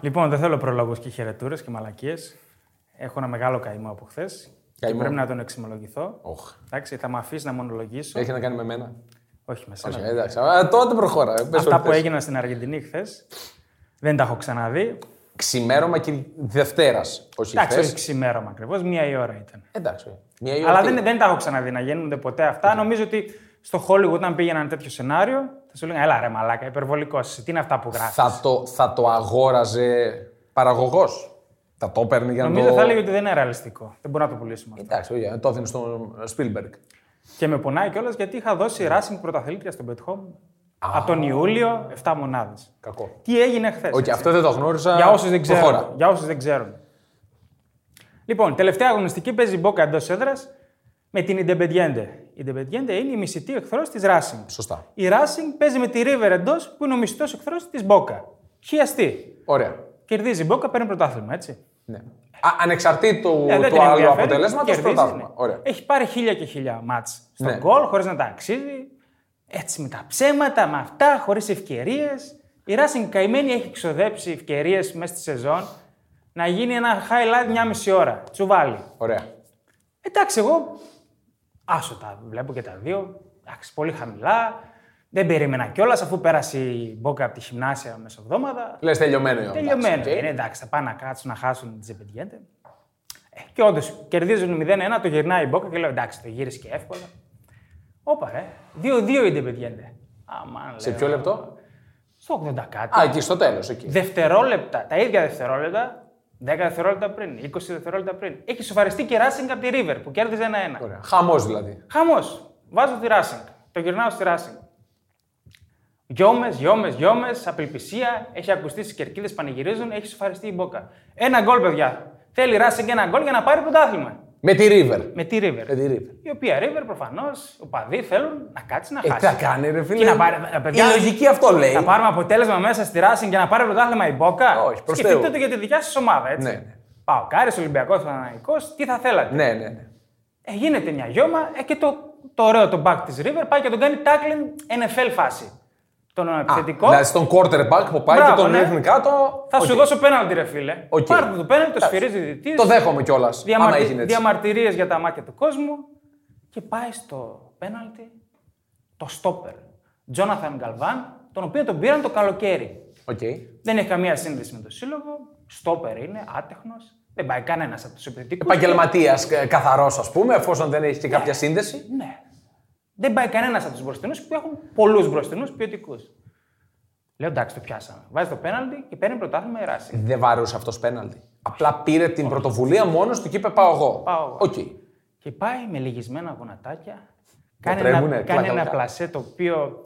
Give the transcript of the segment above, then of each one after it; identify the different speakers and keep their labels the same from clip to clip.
Speaker 1: Λοιπόν, δεν θέλω προλόγους και χαιρετούρες και μαλακίες. Έχω ένα μεγάλο καημό από χθες. Και
Speaker 2: Καημό.
Speaker 1: πρέπει να τον εξομολογηθώ.
Speaker 2: Οχ.
Speaker 1: Εντάξει, θα με αφήσεις να μονολογήσω.
Speaker 2: Έχει να κάνει με μένα.
Speaker 1: Όχι με σένα.
Speaker 2: Όχι, εντάξει. Α, τότε προχώρα. Ε, Πες
Speaker 1: Αυτά
Speaker 2: ό,τι
Speaker 1: που
Speaker 2: θες.
Speaker 1: έγιναν στην Αργεντινή χθες δεν τα έχω ξαναδεί.
Speaker 2: Ξημέρωμα και Δευτέρας. Όχι
Speaker 1: Εντάξει, όχι
Speaker 2: χθε.
Speaker 1: ξημέρωμα ακριβώς, μία η ώρα ήταν.
Speaker 2: Εντάξει. Μια η ώρα
Speaker 1: Αλλά
Speaker 2: τι- Ναι.
Speaker 1: δεν, δεν τα έχω ξαναδεί να γίνονται ποτέ αυτά. Νομίζω ότι στο Hollywood, όταν πήγαιναν ένα τέτοιο σενάριο, θα σου λέγανε Ελά, ρε Μαλάκα, υπερβολικός. είσαι. Τι είναι αυτά που γράφει.
Speaker 2: θα, το, θα το αγόραζε παραγωγός. Θα το παίρνει για να
Speaker 1: Νομίζω
Speaker 2: το.
Speaker 1: θα έλεγε ότι δεν είναι ρεαλιστικό. Δεν μπορούμε να το πουλήσουμε. αυτό.
Speaker 2: Εντάξει, όχι, το έδινε στον Spielberg.
Speaker 1: Και με πονάει κιόλας γιατί είχα
Speaker 2: Ναι.
Speaker 1: δώσει Racing πρωταθλήτρια στον Bet Home από τον Ιούλιο 7 μονάδες.
Speaker 2: Κακό.
Speaker 1: Τι έγινε χθες.
Speaker 2: Όχι, αυτό δεν το γνώρισα.
Speaker 1: Για όσους δεν
Speaker 2: Προχώρα.
Speaker 1: ξέρουν. Για όσους δεν ξέρουν. Λοιπόν, τελευταία αγωνιστική παίζει η Μπόκα εντός έδρας με την Ιντεμπεντιέντε. Η Ιντεμπεντιέντε είναι η μισητή εχθρός της Racing.
Speaker 2: Σωστά.
Speaker 1: Η Racing παίζει με τη River εντός που είναι ο μισητός εχθρός της Μπόκα. Χιαστή.
Speaker 2: Ωραία.
Speaker 1: Κερδίζει η Μπόκα, παίρνει πρωτάθλημα, έτσι.
Speaker 2: Ναι. Α, ανεξαρτήτου
Speaker 1: Ε, δεν την
Speaker 2: του άλλου
Speaker 1: ενδιαφέρει,
Speaker 2: αποτελέσματος,
Speaker 1: κερδίζεις,
Speaker 2: πρωτάθλημα.
Speaker 1: ναι.
Speaker 2: Ωραία.
Speaker 1: Έχει πάρει χίλια και χίλια μάτς στον
Speaker 2: Ναι.
Speaker 1: γκολ, χωρίς να τα αξίζει. Έτσι με τα ψέματα, με αυτά, χωρίς ευκαιρίες. Η Racing καημένη έχει ξοδέψει ευκαιρίες μέσα στη σεζόν να γίνει ένα highlight μια μισή ώρα. Τσουβάλι.
Speaker 2: Ωραία.
Speaker 1: Εντάξει, εγώ άσο τα βλέπω και τα δύο. Εντάξει, πολύ χαμηλά. Δεν περίμενα κιόλας αφού πέρασε η μπόκα από τη γυμνάσια μεσοβδόμαδα.
Speaker 2: Λες τελειωμένο. είναι, εντάξει,
Speaker 1: Τελειωμένο.
Speaker 2: οκ.
Speaker 1: Είναι Ε, ναι, εντάξει, θα πάνε να κάτσουν να χάσουν την Τζεπεντιέντε. Ε, και όντως κερδίζουν 0-1, το γυρνάει η Μπόκα και λέω εντάξει, το γύρισε και εύκολα. Όπα ε, ρε, 2-2 η Τζεπεντιέντε. Αμάν,
Speaker 2: Σε
Speaker 1: λέω,
Speaker 2: ποιο λεπτό?
Speaker 1: Στο 80 κάτι.
Speaker 2: Α, εκεί στο τέλος. Εκεί.
Speaker 1: Δευτερόλεπτα, τα ίδια δευτερόλεπτα, 10 δευτερόλεπτα πριν, 20 δευτερόλεπτα πριν. Έχει σοβαριστεί και ράσινγκ από τη River που κέρδιζε 1-1.
Speaker 2: Ωραία. Χαμός δηλαδή.
Speaker 1: Χαμός. Βάζω τη Racing. Το γυρνάω στη Racing. Γιώμες, γιώμες, γιώμες, απελπισία. Έχει ακουστεί στις κερκίδες, πανηγυρίζουν, έχει σοφαριστεί η μπόκα. Ένα γκολ, παιδιά. Θέλει η Racing ένα γκολ για να πάρει πρωτάθλημα.
Speaker 2: Με τη River.
Speaker 1: Με τη River.
Speaker 2: Με τη River.
Speaker 1: Η οποία River προφανώς, οπαδοί θέλουν να κάτσει να
Speaker 2: Ε,
Speaker 1: χάσει.
Speaker 2: τι θα κάνει, ρε φίλε.
Speaker 1: Τι να πάρει, ε, παιδιά,
Speaker 2: Η λογική αυτό λέει.
Speaker 1: Θα πάρουμε αποτέλεσμα μέσα στη Racing για να πάρει πρωτάθλημα η μπόκα.
Speaker 2: Όχι, προς
Speaker 1: Σκεφτείτε
Speaker 2: Θεού.
Speaker 1: το για τη δικιά σας ομάδα, έτσι.
Speaker 2: Ναι, ναι.
Speaker 1: Πάω Κάρι, Ολυμπιακό, Παναναϊκό, τι θα θέλατε.
Speaker 2: Ναι, ναι, ναι.
Speaker 1: Ε, γίνεται μια γιώμα ε, και το, το ωραίο το back της River πάει και τον κάνει tackling NFL φάση. Τον επιθετικό.
Speaker 2: δηλαδή στον quarterback που πάει
Speaker 1: Μπράβο,
Speaker 2: και τον
Speaker 1: ναι.
Speaker 2: ρίχνει κάτω.
Speaker 1: θα
Speaker 2: οκ.
Speaker 1: σου δώσω πέναλτι, ρε φίλε.
Speaker 2: Οκ.
Speaker 1: Πάρτε το πέναλτι, το
Speaker 2: Εντάξει.
Speaker 1: σφυρίζει διτή.
Speaker 2: Το δέχομαι κιόλας. Άμα έγινε έτσι.
Speaker 1: Διαμαρτυρίες για τα μάτια του κόσμου. Και πάει στο πέναλτι το στόπερ. Τζόναθαν Γκαλβάν, τον οποίο τον πήραν το καλοκαίρι.
Speaker 2: Οκ.
Speaker 1: Δεν έχει καμία σύνδεση με το σύλλογο. Στόπερ είναι, άτεχνος. Δεν πάει κανένας από τους επιθετικούς.
Speaker 2: Επαγγελματίας καθαρός, ας ε, πούμε, εφόσον δεν έχει και κάποια σύνδεση.
Speaker 1: Ναι. Δεν πάει κανένας από τους μπροστινούς που έχουν πολλούς μπροστινούς ποιοτικούς. Λέω εντάξει, το πιάσαμε. Βάζει το πέναλτι και παίρνει πρωτάθλημα η Ράση.
Speaker 2: Δεν βάρεωσε αυτός πέναλτι. Απλά πήρε την πρωτοβουλία μόνος του και είπε Πάω εγώ.
Speaker 1: Πάω εγώ.
Speaker 2: Οκ.
Speaker 1: Και πάει με λυγισμένα γονατάκια. Κάνει
Speaker 2: τρέμουνε,
Speaker 1: ένα,
Speaker 2: πλάκα
Speaker 1: κάνει ένα
Speaker 2: βγάλε.
Speaker 1: πλασέ το οποίο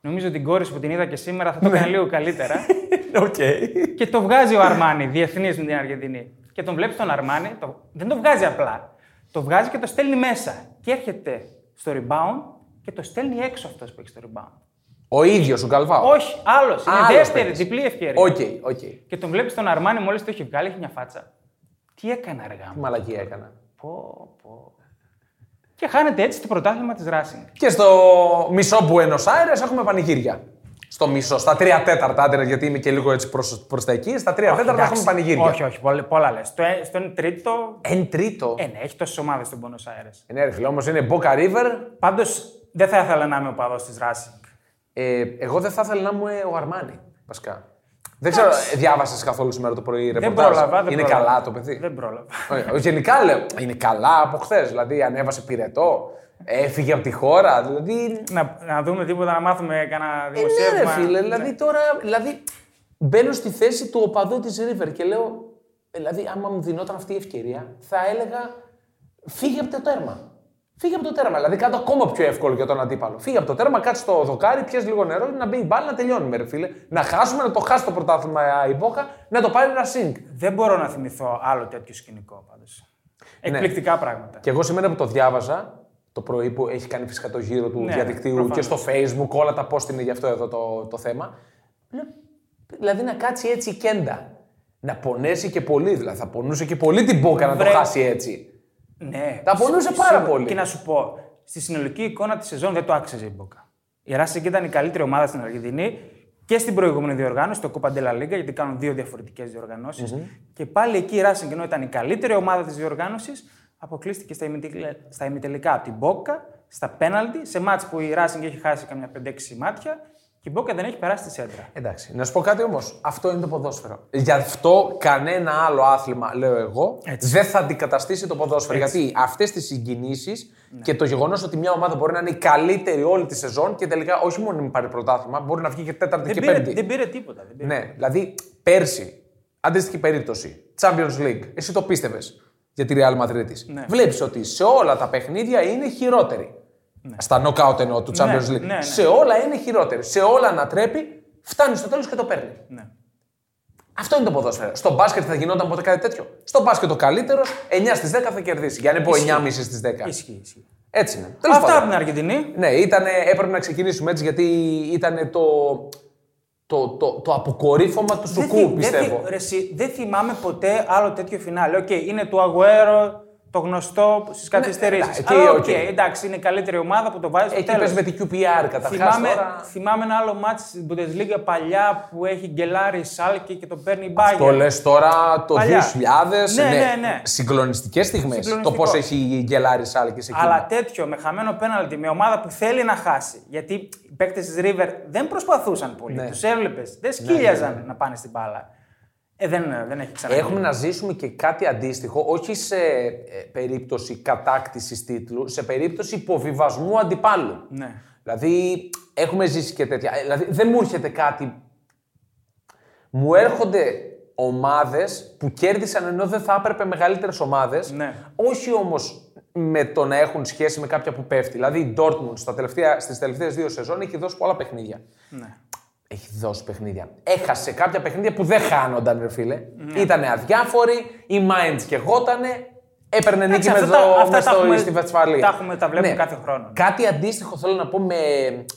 Speaker 1: νομίζω την κόρη σου που την είδα και σήμερα θα
Speaker 2: Ναι.
Speaker 1: το κάνει λίγο καλύτερα.
Speaker 2: Οκ.
Speaker 1: και το βγάζει ο Αρμάνι, διεθνής με την Αργεντινή. Και τον βλέπεις τον Αρμάνι, το... δεν το βγάζει απλά. Το βγάζει και το στέλνει μέσα. Και έρχεται στο rebound και το στέλνει έξω αυτός που έχει στο rebound.
Speaker 2: Ο ίδιος ο Γκαλβάο.
Speaker 1: Όχι, άλλος. Είναι
Speaker 2: Άλλος
Speaker 1: δεύτερη,
Speaker 2: παίκτης.
Speaker 1: διπλή ευκαιρία.
Speaker 2: Οκ, οκ. Τι
Speaker 1: Και τον βλέπεις τον Αρμάνι, μόλις το έχει βγάλει, έχει μια φάτσα. Τι έκανα, αργά μου.
Speaker 2: μαλακία έκανα.
Speaker 1: Πω, πω. Και χάνεται έτσι το πρωτάθλημα της Racing.
Speaker 2: Και στο μισό Buenos Aires έχουμε πανηγύρια. Στο μισό, στα τρία τέταρτα, άντε, γιατί είμαι και λίγο έτσι προς τα εκεί, στα τρία τέταρτα έχουμε πανηγύρια.
Speaker 1: Όχι, όχι, πολλά, πολλά λες. Στο, ε- στο εν τρίτο.
Speaker 2: Εν τρίτο.
Speaker 1: Ε, ναι, έχει τόσες ομάδες στον Πόνο Αέρε.
Speaker 2: Ε, ναι, ρε φίλε, όμως είναι Boca River.
Speaker 1: Πάντως δεν θα ήθελα να είμαι ο παδός της Racing.
Speaker 2: Ε, εγώ δεν θα ήθελα να είμαι ο Αρμάνι, βασικά. Δεν ξέρω, διάβασες καθόλου σήμερα το πρωί
Speaker 1: Δεν
Speaker 2: ρεπορτάζ.
Speaker 1: πρόλαβα. Δεν
Speaker 2: είναι
Speaker 1: πρόλαβα.
Speaker 2: καλά το παιδί.
Speaker 1: Δεν πρόλαβα.
Speaker 2: Ωραία. Γενικά λέω, είναι καλά από χθες. Δηλαδή, ανέβασε πυρετό, έφυγε από τη χώρα. Δηλαδή,
Speaker 1: να, να δούμε τίποτα, να μάθουμε κανένα
Speaker 2: Ε, ναι, ρε
Speaker 1: δημοσίευμα.
Speaker 2: φίλε, δηλαδή τώρα. Δηλαδή, μπαίνω στη θέση του οπαδού της River και λέω. Δηλαδή, άμα μου δινόταν αυτή η ευκαιρία, θα έλεγα φύγε από το τέρμα. Φύγε από το τέρμα. Δηλαδή, κάτω ακόμα πιο εύκολο για τον αντίπαλο. Φύγε από το τέρμα, κάτσε το δοκάρι, πιέζει λίγο νερό, να μπει η μπάλα, να τελειώνουμε, ρε φίλε. Να χάσουμε, να το χάσει το πρωτάθλημα η Μπόκα, να το πάρει ένα σινκ.
Speaker 1: Δεν μπορώ να θυμηθώ άλλο τέτοιο σκηνικό πάντως.
Speaker 2: Ναι.
Speaker 1: Εκπληκτικά πράγματα.
Speaker 2: Και εγώ σήμερα που το διάβαζα, το πρωί που έχει κάνει φυσικά το γύρο του
Speaker 1: Ναι,
Speaker 2: διαδικτύου
Speaker 1: προφανώς.
Speaker 2: και στο facebook, όλα τα post είναι γι' αυτό εδώ το, το θέμα. Λέω, δηλαδή να κάτσει έτσι η κέντα. Να πονέσει και πολύ, δηλαδή θα πονούσε και πολύ την μπόκα να το
Speaker 1: Βρε.
Speaker 2: χάσει έτσι.
Speaker 1: Ναι.
Speaker 2: Τα πονούσε πάρα
Speaker 1: Σίγουρα.
Speaker 2: πολύ.
Speaker 1: Και να σου πω, στη συνολική εικόνα της σεζόν δεν το άξιζε η Μπόκα. Η Ράσικ ήταν η καλύτερη ομάδα στην Αργεντινή και στην προηγούμενη διοργάνωση, το Copa de la Liga, γιατί κάνουν δύο διαφορετικές Και πάλι εκεί η Racing, ενώ ήταν η καλύτερη ομάδα της διοργάνωσης, αποκλείστηκε στα, ημιτελικά, στα ημιτελικά από την Μπόκα, στα πέναλτι, σε μάτς που η Racing έχει χάσει καμιά 5-6 μάτια και η Μπόκα δεν έχει περάσει τη σέντρα.
Speaker 2: Εντάξει. Να σου πω κάτι όμως. Αυτό είναι το ποδόσφαιρο. Γι' αυτό κανένα άλλο άθλημα, λέω εγώ,
Speaker 1: Έτσι.
Speaker 2: δεν θα αντικαταστήσει το ποδόσφαιρο. Γιατί αυτές τις συγκινήσεις
Speaker 1: Ναι.
Speaker 2: και το γεγονός ότι μια ομάδα μπορεί να είναι η καλύτερη όλη τη σεζόν και τελικά όχι μόνο να μην πάρει πρωτάθλημα, μπορεί να βγει και τέταρτη
Speaker 1: Δεν
Speaker 2: και
Speaker 1: πήρε,
Speaker 2: πέμπτη.
Speaker 1: δεν πήρε τίποτα. Δεν πήρε.
Speaker 2: Ναι, δηλαδή πέρσι, αντίστοιχη περίπτωση, Champions League, εσύ το πίστευες για τη Real Madrid της.
Speaker 1: Ναι.
Speaker 2: Βλέπεις ότι σε όλα τα παιχνίδια είναι χειρότερη. Στα knockout εννοώ του Champions
Speaker 1: Ναι,
Speaker 2: League.
Speaker 1: ναι, ναι.
Speaker 2: Σε όλα είναι χειρότερη. Σε όλα ανατρέπει, φτάνει στο τέλος και το παίρνει.
Speaker 1: Ναι.
Speaker 2: Αυτό είναι το ποδόσφαιρο. Στο μπάσκετ θα γινόταν ποτέ κάτι τέτοιο. Στο μπάσκετ ο καλύτερος 9 στι 10 θα κερδίσει. Για να μην πω 9,5 στι 10.
Speaker 1: Ισχύει, ισχύει.
Speaker 2: Έτσι είναι. Τέλος
Speaker 1: Αυτά
Speaker 2: πάντων.
Speaker 1: από την Αργεντινή.
Speaker 2: Ναι, ήτανε, έπρεπε να ξεκινήσουμε έτσι γιατί ήταν το, το, το, το αποκορύφωμα του
Speaker 1: Δεν
Speaker 2: σουκού,
Speaker 1: θυ- δεν θυ-
Speaker 2: πιστεύω.
Speaker 1: ρε εσύ, Δεν θυμάμαι ποτέ άλλο τέτοιο φινάλε. Οκ, είναι του Αγουέρο, το γνωστό στις καθυστερήσει.
Speaker 2: Ναι, εντάξει,
Speaker 1: Αλλά
Speaker 2: οκ.
Speaker 1: οκ, εντάξει, είναι η καλύτερη ομάδα που το βάζει στο
Speaker 2: Εκεί πες
Speaker 1: τέλο.
Speaker 2: με την QPR καταρχάς
Speaker 1: Θυμάμαι,
Speaker 2: τώρα.
Speaker 1: θυμάμαι ένα άλλο μάτι στην Bundesliga παλιά που έχει γκελάρει η Σάλκη και τον παίρνει η
Speaker 2: Το
Speaker 1: Μπάγκερ.
Speaker 2: λες τώρα το 2000,
Speaker 1: Παλιά. Ναι,
Speaker 2: ναι,
Speaker 1: ναι, ναι.
Speaker 2: συγκλονιστικές στιγμές. Το
Speaker 1: Συγκλονιστικό.
Speaker 2: πώς έχει γελάρει η Σάλκης εκεί.
Speaker 1: Αλλά τέτοιο με χαμένο πέναλτι, με ομάδα που θέλει να χάσει. Γιατί οι παίκτες της River δεν προσπαθούσαν πολύ.
Speaker 2: Ναι.
Speaker 1: Τους Του έβλεπες. Δεν σκύλιαζαν να πάνε στην μπάλα. Ε, δεν, δεν έχει ξαναγίνει.
Speaker 2: Έχουμε να ζήσουμε και κάτι αντίστοιχο, όχι σε ε, περίπτωση κατάκτησης τίτλου, σε περίπτωση υποβιβασμού αντιπάλου.
Speaker 1: Ναι.
Speaker 2: Δηλαδή, έχουμε ζήσει και τέτοια. Ε, Δηλαδή, δεν μου έρχεται κάτι. Μου έρχονται ομάδες που κέρδισαν ενώ δεν θα έπρεπε μεγαλύτερες ομάδες.
Speaker 1: Ναι.
Speaker 2: Όχι όμως με το να έχουν σχέση με κάποια που πέφτει. Δηλαδή, η Dortmund στα τελευταία, στις τελευταίες δύο σεζόν έχει δώσει πολλά παιχνίδια.
Speaker 1: ναι.
Speaker 2: Έχει δώσει παιχνίδια. Έχασε κάποια παιχνίδια που δεν χάνονταν, ρε φίλε. Ήτανε αδιάφοροι, η Mainz και γότανε. Έπαιρνε νίκη με
Speaker 1: αυτά
Speaker 2: το,
Speaker 1: τα- αυτά
Speaker 2: μες
Speaker 1: τα
Speaker 2: το-
Speaker 1: έχουμε-
Speaker 2: στη Ναι. Βεσφαλία.
Speaker 1: τα έχουμε, τα βλέπουμε κάθε χρόνο.
Speaker 2: Κάτι αντίστοιχο θέλω να πω με,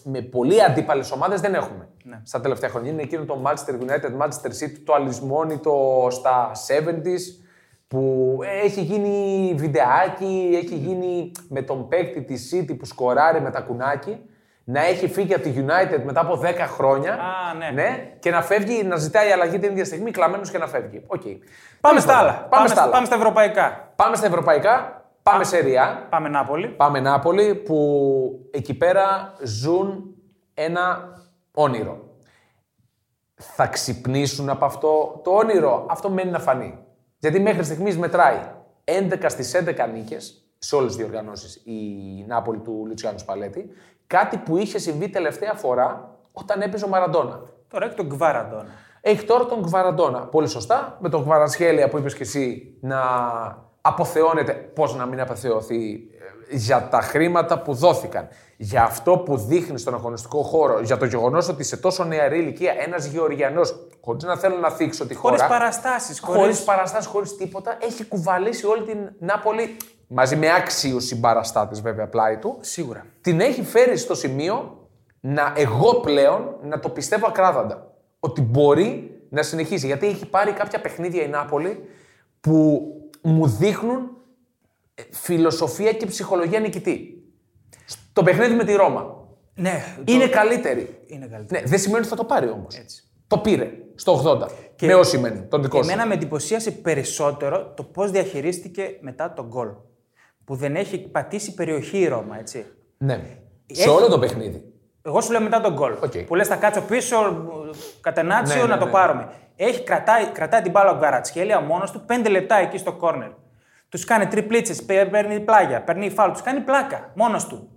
Speaker 2: με πολύ αντίπαλες ομάδες δεν έχουμε.
Speaker 1: Ναι.
Speaker 2: Στα τελευταία χρόνια είναι εκείνο το Manchester United, Manchester City, το αλυσμόνιτο στα 70s που έχει γίνει βιντεάκι, έχει
Speaker 1: Ναι.
Speaker 2: γίνει με τον παίκτη της City που σκοράρει με τα κουνάκι να έχει φύγει από τη United μετά από 10 χρόνια
Speaker 1: Α, ναι.
Speaker 2: και να φεύγει, να ζητάει αλλαγή την ίδια στιγμή, κλαμμένος και να φεύγει. Οκ.
Speaker 1: Πάμε
Speaker 2: Τέλος
Speaker 1: στα
Speaker 2: πάντων,
Speaker 1: άλλα.
Speaker 2: Πάμε, στα, άλλα.
Speaker 1: πάμε στα ευρωπαϊκά.
Speaker 2: πάμε στα ευρωπαϊκά, πάμε σε ΡΙΑ.
Speaker 1: Πάμε Νάπολη.
Speaker 2: Πάμε Νάπολη που εκεί πέρα ζουν ένα όνειρο. Θα ξυπνήσουν από αυτό το όνειρο. Αυτό μένει να φανεί. Γιατί μέχρι στιγμής μετράει 11 στις 11 νίκες σε όλες τις διοργανώσεις η Νάπολη του Λουτσιάνου Σπαλέτη. Κάτι που είχε συμβεί τελευταία φορά όταν έπαιζε ο Μαραντόνα.
Speaker 1: Τώρα έχει τον Γκβάραντον.
Speaker 2: Έχει τώρα τον Κβαραντόνα. Πολύ σωστά. Με τον Κβαρασχέλια που είπες και εσύ να αποθεώνεται. Πώς να μην αποθεωθεί ε, για τα χρήματα που δόθηκαν. Για αυτό που δείχνει στον αγωνιστικό χώρο. Για το γεγονός ότι σε τόσο νεαρή ηλικία ένας Γεωργιανός, χωρίς να θέλω να θίξω τη χώρα.
Speaker 1: Χωρί παραστάσεις.
Speaker 2: Χωρίς παραστάσεις, χωρίς τίποτα, έχει κουβαλήσει όλη την Νάπολη. Μαζί με άξιους συμπαραστάτες, βέβαια, πλάι του
Speaker 1: Σίγουρα.
Speaker 2: την έχει φέρει στο σημείο να εγώ πλέον να το πιστεύω ακράδαντα. Ότι μπορεί να συνεχίσει. Γιατί έχει πάρει κάποια παιχνίδια η Νάπολη που μου δείχνουν ε, φιλοσοφία και ψυχολογία νικητή. Το παιχνίδι με τη Ρώμα.
Speaker 1: Ναι,
Speaker 2: Είναι καλύτερη.
Speaker 1: είναι καλύτερο.
Speaker 2: Ναι, δεν σημαίνει ότι θα το πάρει όμως. Το πήρε στο 80. Με όσοι μένει, τον δικό σου.
Speaker 1: Εμένα με εντυπωσίασε περισσότερο το πώς διαχειρίστηκε μετά τον γκολ. Που δεν έχει πατήσει περιοχή η Ρώμα, έτσι.
Speaker 2: Ναι. Σε όλο το παιχνίδι.
Speaker 1: Εγώ σου λέω μετά τον γκολ.
Speaker 2: Οκ.
Speaker 1: Που λες, θα κάτσω πίσω, κατενάτσιο,
Speaker 2: Ναι, ναι,
Speaker 1: να το
Speaker 2: ναι.
Speaker 1: πάρουμε. Έχει, κρατάει, κρατάει την μπάλα ο Γκαρατσχέλια μόνος του 5 λεπτά εκεί στο κόρνερ. Τους κάνει τριπλίτσες, παίρνει πλάγια, παίρνει φάουλ, τους κάνει πλάκα μόνος του.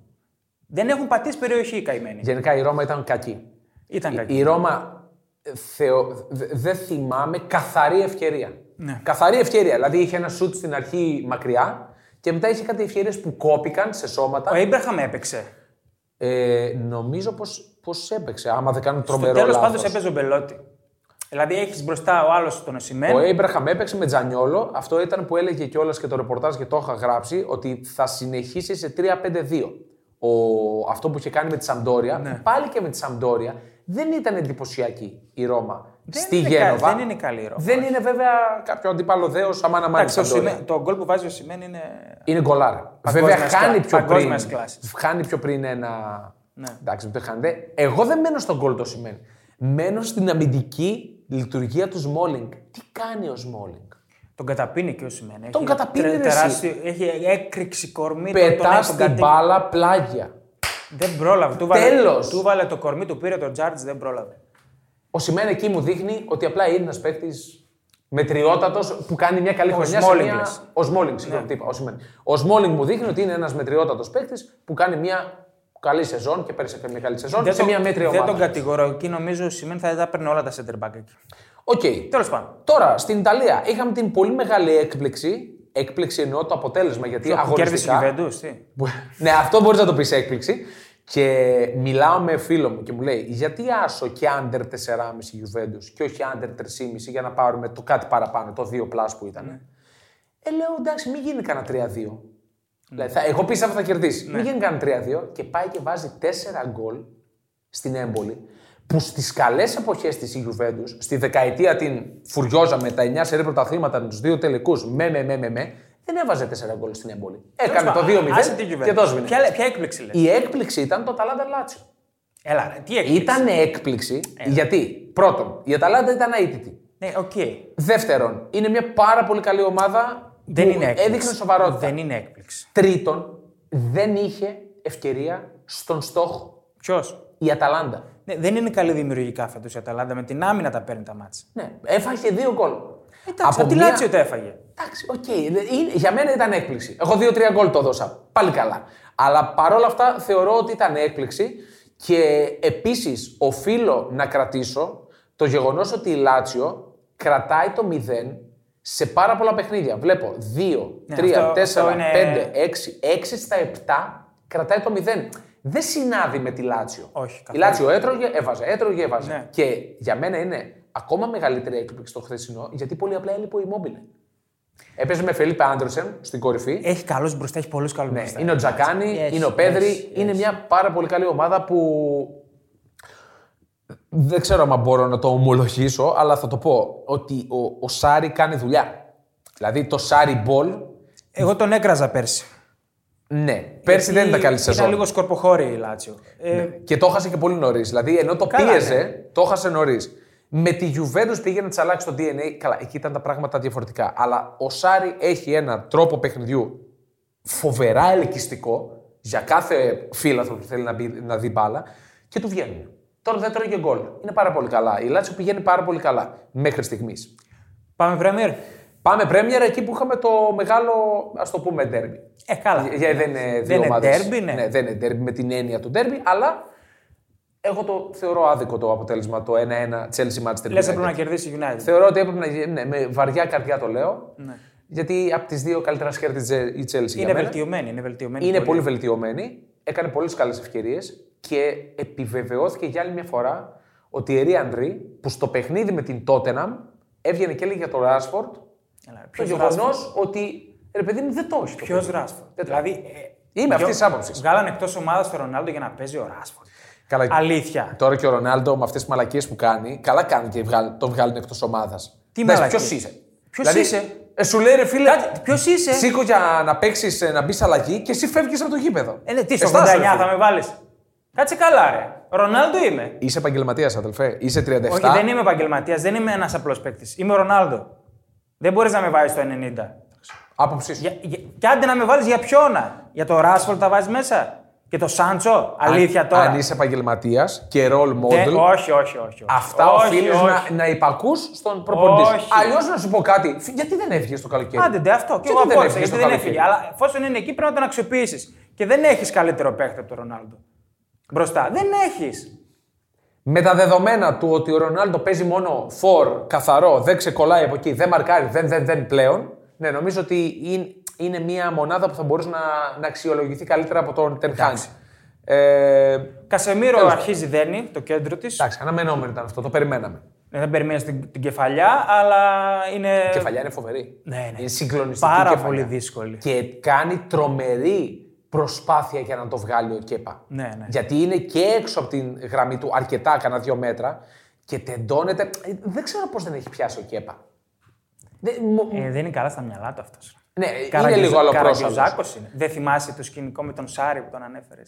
Speaker 1: Δεν έχουν πατήσει περιοχή οι καημένοι.
Speaker 2: Γενικά η Ρώμα ήταν κακή.
Speaker 1: Ήταν κακή.
Speaker 2: Η Ρώμα ε, θεω... δε- δεν θυμάμαι καθαρή ευκαιρία.
Speaker 1: Ναι.
Speaker 2: Καθαρή ευκαιρία. Δηλαδή είχε ένα σουτ στην αρχή μακριά και μετά είχε κάτι ευκαιρίε που κόπηκαν σε
Speaker 1: Ο
Speaker 2: σώματα.
Speaker 1: Ήμπραχαμ έπαιξε.
Speaker 2: Ε, νομίζω πως, πως έπαιξε. Άμα δεν κάνουν
Speaker 1: Στο
Speaker 2: τρομερό
Speaker 1: τέλο πάντω
Speaker 2: λάθος.
Speaker 1: έπαιζε ο Μπελότη. Δηλαδή έχεις μπροστά ο άλλος τον Οσημέν.
Speaker 2: Ο Έμπραχαμ έπαιξε με Τζανιόλο. Αυτό ήταν που έλεγε κιόλας και το ρεπορτάζ και το είχα γράψει ότι θα συνεχίσει σε 3-5-2. Ο, αυτό που είχε κάνει με τη Σαμπτόρια.
Speaker 1: Ναι.
Speaker 2: που Πάλι και με τη Σαμπτόρια δεν ήταν εντυπωσιακή η Ρώμα.
Speaker 1: Δεν
Speaker 2: στη
Speaker 1: είναι κα-
Speaker 2: Γένοβα.
Speaker 1: δεν είναι καλή η Ρώμα.
Speaker 2: Δεν είναι βέβαια κάποιο αντίπαλο δέος άμα να μάθει.
Speaker 1: Εντάξει, ο Σιμέν- το γκολ που βάζει ο Σιμέν είναι.
Speaker 2: Είναι γκολάρα.
Speaker 1: Παγκόσμιας
Speaker 2: Βέβαια χάνει
Speaker 1: κλάσης.
Speaker 2: πιο πριν.
Speaker 1: Παγκόσμιας κλάσης. Ναι.
Speaker 2: Χάνει πιο πριν ένα. Εντάξει, δεν το χάνεται. Εγώ δεν μένω στον γκολ το σημαίνει. Μένω στην αμυντική λειτουργία του Σμόλινγκ. Τι κάνει ο Σμόλινγκ.
Speaker 1: Τον καταπίνει και ο Σιμέν.
Speaker 2: Τον καταπίνει, ρε,
Speaker 1: Έχει έκρηξη κορμί. τον- τον
Speaker 2: Πετά
Speaker 1: έχει τον
Speaker 2: την
Speaker 1: κατέ-
Speaker 2: μπάλα πλάγια.
Speaker 1: Δεν πρόλαβε. Του βάλε,
Speaker 2: Τέλος.
Speaker 1: του βάλε το κορμί, του πήρε τον Τζάρτζ, δεν πρόλαβε.
Speaker 2: Ο Σιμέν εκεί μου δείχνει ότι απλά είναι ένας παίκτης μετριότατος που κάνει μια καλή
Speaker 1: Ο Ναι.
Speaker 2: χρονιά.
Speaker 1: Smalling
Speaker 2: σε μια...
Speaker 1: λες.
Speaker 2: Ο Σμόλινγκ, συγγνώμη, τι είπα, ο Σιμέν. Ο Σμόλινγκ μου δείχνει ότι είναι ένας μετριότατος παίκτης που κάνει μια καλή σεζόν και πέρυσι έκανε μια καλή σεζόν σε
Speaker 1: τον-
Speaker 2: μια μέτρια
Speaker 1: δεν
Speaker 2: ομάδα.
Speaker 1: τον κατηγορώ. Εκεί νομίζω ο Σιμέν θα τα έπαιρνε όλα τα center back εκεί.
Speaker 2: Οκ.
Speaker 1: Τέλος πάντων.
Speaker 2: Τώρα στην Ιταλία είχαμε την πολύ μεγάλη έκπληξη. Έκπληξη εννοώ το αποτέλεσμα γιατί
Speaker 1: Που Κέρδισε η
Speaker 2: αγωνιστικά.
Speaker 1: Juventus, τι.
Speaker 2: ναι, αυτό μπορείς να το πεις έκπληξη. Και μιλάω με φίλο μου και μου λέει: Γιατί άσο και under 4,5 Juventus και όχι under 3,5 για να πάρουμε το κάτι παραπάνω, το 2 plus που ήταν. Ε, λέω εντάξει, μην γίνει κανένα 3-2.
Speaker 1: Ναι.
Speaker 2: Δηλαδή, θα, εγώ πίστευα θα κερδίσει. Μην γίνει κανένα 3-2 και πάει και βάζει 4 γκολ στην έμπολη που στις καλές εποχές της Juventus, στη δεκαετία την Φουριόζα με τα 9 σερή πρωταθλήματα, με τους δύο τελικούς, με, με, με, με, με, δεν έβαζε 4 γκολ στην έμπολη. Έκανε το 2-0
Speaker 1: Άσε την Juventus.
Speaker 2: και το σβήνε.
Speaker 1: Ποια, ποια έκπληξη λες.
Speaker 2: Η έκπληξη ήταν το Αταλάντα Λάτσιο.
Speaker 1: Έλα, ρε, τι έκπληξη. Ε.
Speaker 2: Ήταν έκπληξη γιατί, πρώτον, η Αταλάντα ήταν αίτητη.
Speaker 1: Ναι, οκ.
Speaker 2: Δεύτερον, είναι μια πάρα πολύ καλή ομάδα.
Speaker 1: Δεν
Speaker 2: που
Speaker 1: είναι έκπληξη.
Speaker 2: Έδειξε σοβαρότητα.
Speaker 1: Δεν είναι έκπληξη.
Speaker 2: Τρίτον, δεν είχε ευκαιρία στον στόχο
Speaker 1: Ποιος.
Speaker 2: η Αταλάντα.
Speaker 1: Ναι, δεν είναι καλή δημιουργικά φέτος η Αταλάντα. Με την άμυνα τα παίρνει τα μάτσα.
Speaker 2: Ναι, έφαγε δύο γκολ.
Speaker 1: Εντάξει, από τη Λάτσιο τα έφαγε.
Speaker 2: Εντάξει, οκ. είναι- Για μένα ήταν έκπληξη. Εγώ δύο-τρία γκολ το δώσα. Πάλι καλά. Αλλά παρόλα αυτά θεωρώ ότι ήταν έκπληξη και επίσης οφείλω να κρατήσω το γεγονός ότι η Λάτσιο κρατάει το 0 σε πάρα πολλά παιχνίδια. Βλέπω 2,
Speaker 1: Ναι,
Speaker 2: 3,
Speaker 1: αυτό-
Speaker 2: 4,
Speaker 1: αυτό είναι-
Speaker 2: 5, 6, 6 στα 7 κρατάει το 0. Δεν συνάδει με τη Λάτσιο.
Speaker 1: Όχι,
Speaker 2: η
Speaker 1: καθόλου.
Speaker 2: Λάτσιο έτρωγε, έβαζε, έτρωγε, έβαζε.
Speaker 1: Ναι.
Speaker 2: Και για μένα είναι ακόμα μεγαλύτερη έκπληξη το χθεσινό γιατί πολύ απλά έλειπε ο Immobile. Έπαιζε με Φελίπε Άντροσεν στην κορυφή.
Speaker 1: Έχει καλούς μπροστά, έχει πολλούς καλούς
Speaker 2: Ναι,
Speaker 1: μπροστά.
Speaker 2: είναι ο Τζακάνι,
Speaker 1: Ε, Yes,
Speaker 2: είναι ο Πέδρη.
Speaker 1: yes,
Speaker 2: είναι
Speaker 1: yes.
Speaker 2: μια πάρα πολύ καλή ομάδα που. Δεν ξέρω αν μπορώ να το ομολογήσω, αλλά θα το πω ότι ο, ο Σάρι κάνει δουλειά. Δηλαδή το Σάρι Μπολ,
Speaker 1: Εγώ τον έκραζα πέρσι.
Speaker 2: ναι. Πέρσι δεν
Speaker 1: Γιατί
Speaker 2: ήταν καλή σεζόν. Ναι.
Speaker 1: Ήταν λίγο σκορποχώρη η Λάτσιο. Ε,
Speaker 2: Και το έχασε και πολύ νωρίς. Δηλαδή, ενώ το
Speaker 1: Καλά,
Speaker 2: πίεζε,
Speaker 1: ναι.
Speaker 2: το έχασε νωρίς. Με τη Juventus πήγε να της αλλάξει το DNA. Καλά, εκεί ήταν τα πράγματα διαφορετικά. Αλλά ο Σάρι έχει ένα τρόπο παιχνιδιού φοβερά ελκυστικό για κάθε φίλαθρο που θέλει να, μπει, να δει μπάλα και του βγαίνουν. Τώρα δεν τρώει και γκολ. Είναι πάρα πολύ καλά. Η Λάτσιο πηγαίνει πάρα πολύ καλά μέχρι στιγμής.
Speaker 1: Πάμε Πρέμιερ.
Speaker 2: Πάμε πρέμιερα εκεί που είχαμε το μεγάλο, ας το πούμε, ντέρμπι.
Speaker 1: Ε, καλά.
Speaker 2: Για, δεν είναι δύο
Speaker 1: Δεν είναι
Speaker 2: ομάδες.
Speaker 1: derby, ναι.
Speaker 2: Δεν είναι derby με την έννοια του derby, αλλά εγώ το θεωρώ άδικο το αποτέλεσμα το 1-1 Chelsea Manchester
Speaker 1: Λες
Speaker 2: United.
Speaker 1: έπρεπε να κερδίσει η United.
Speaker 2: Θεωρώ ότι έπρεπε να γίνει. Ναι, με βαριά καρδιά το λέω. Γιατί από τις δύο καλύτερα σχέδια της Τζε- η Chelsea για
Speaker 1: Ναι. Είναι
Speaker 2: μένα.
Speaker 1: βελτιωμένη. Είναι, βελτιωμένη
Speaker 2: Είναι πολύ βελτιωμένη. Έκανε πολλές καλές ευκαιρίες και επιβεβαιώθηκε για άλλη μια φορά ότι η Ερή Ανδρή που στο παιχνίδι με την Tottenham έβγαινε και έλεγε για το Ράσφορντ
Speaker 1: Έλα, ρε,
Speaker 2: το
Speaker 1: ποιος Rashford?
Speaker 2: γεγονός ότι. Ρε παιδί μου, δεν το έχει. το
Speaker 1: Ποιος Ράσφορντ. Δηλαδή. ε,
Speaker 2: Είμαι αυτής της
Speaker 1: δυο-
Speaker 2: άποψης.
Speaker 1: Βγάλανε εκτός ομάδας τον Ρονάλντο για να παίζει ο Ράσφορντ.
Speaker 2: Καλά.
Speaker 1: Αλήθεια.
Speaker 2: Τώρα και ο Ρονάλντο με αυτές τις μαλακίες που κάνει, καλά κάνει και βγάλ- τον βγάλουν εκτός ομάδας.
Speaker 1: Τι
Speaker 2: Ποιο
Speaker 1: μαλακίες?
Speaker 2: είσαι.
Speaker 1: Ποιος είσαι?
Speaker 2: Ε, σου λέει ρε φίλε.
Speaker 1: Ποιος είσαι.
Speaker 2: Σήκω για να παίξεις, να μπεις αλλαγή και εσύ φεύγεις από το γήπεδο.
Speaker 1: Ε, ναι, τι στο 89
Speaker 2: Αισθάσου, ρε φίλε.
Speaker 1: θα με βάλεις. Κάτσε καλά, ρε. Ρονάλντο είμαι.
Speaker 2: Είσαι επαγγελματίας, αδελφέ. Είσαι 37.
Speaker 1: Όχι, δεν είμαι επαγγελματίας, δεν είμαι ένας απλός παίκτης. Είμαι ο Ρονάλντο. Δεν μπορείς να με βάλει στο 90.
Speaker 2: Άποψή σου.
Speaker 1: Για, για, και άντε να με βάλεις για ποιόνα. Για το Ράσφορντ τα βάζεις μέσα. Και το Σάντσο. Αλήθεια
Speaker 2: Αν-
Speaker 1: τώρα.
Speaker 2: Αν είσαι επαγγελματίας και role model.
Speaker 1: Ε, όχι, όχι, όχι, όχι.
Speaker 2: Αυτά
Speaker 1: όχι,
Speaker 2: οφείλεις
Speaker 1: όχι.
Speaker 2: να, να υπακούς στον προπονητής σου.
Speaker 1: Όχι.
Speaker 2: Αλλιώς να σου πω κάτι. φι- Γιατί δεν έφυγε το καλοκαίρι.
Speaker 1: Άντε, ντε, αυτό. Και
Speaker 2: Γιατί
Speaker 1: εγώ
Speaker 2: δεν
Speaker 1: απόλυσα
Speaker 2: έφυγες
Speaker 1: γιατί
Speaker 2: το
Speaker 1: δεν
Speaker 2: καλοκαίρι?
Speaker 1: έφυγε. Αλλά εφόσον είναι εκεί πρέπει να τον αξιοποιήσεις. Και δεν έχεις καλύτερο παίχτη από τον Ρονάλντο. Μπροστά. Δεν έχεις.
Speaker 2: Με τα δεδομένα του ότι ο Ρονάλντο παίζει μόνο φορ, καθαρό, δεν ξεκολλάει από εκεί, δεν μαρκάρει, δεν, δεν, δεν πλέον. Ναι, νομίζω ότι είναι, είναι μια μονάδα που θα μπορούσε να, να αξιολογηθεί καλύτερα από τον Ten Hag. Ε,
Speaker 1: Κασεμίρο
Speaker 2: Τέλος.
Speaker 1: αρχίζει δένει το κέντρο της.
Speaker 2: εντάξει, αναμενόμενο ήταν αυτό, το περιμέναμε.
Speaker 1: Δεν περιμένεις την, την κεφαλιά, αλλά είναι.
Speaker 2: Η κεφαλιά είναι φοβερή.
Speaker 1: Ε, Ναι, ναι.
Speaker 2: Είναι συγκλονιστική.
Speaker 1: Πάρα
Speaker 2: κεφαλιά.
Speaker 1: πολύ δύσκολη.
Speaker 2: Και κάνει τρομερή προσπάθεια για να το βγάλει ο Κέπα.
Speaker 1: Ναι, ναι.
Speaker 2: Γιατί είναι και έξω από την γραμμή του, αρκετά, κανένα δύο μέτρα, και τεντώνεται. Ε, Δεν ξέρω πώς δεν έχει πιάσει ο Κέπα. Δεν- μου-
Speaker 1: Ε, δεν είναι καλά στα μυαλά του αυτός.
Speaker 2: Ναι, είναι λίγο άλλο πρόσωπο.
Speaker 1: είναι. Δεν θυμάσαι το σκηνικό με τον Σάρι που τον ανέφερες.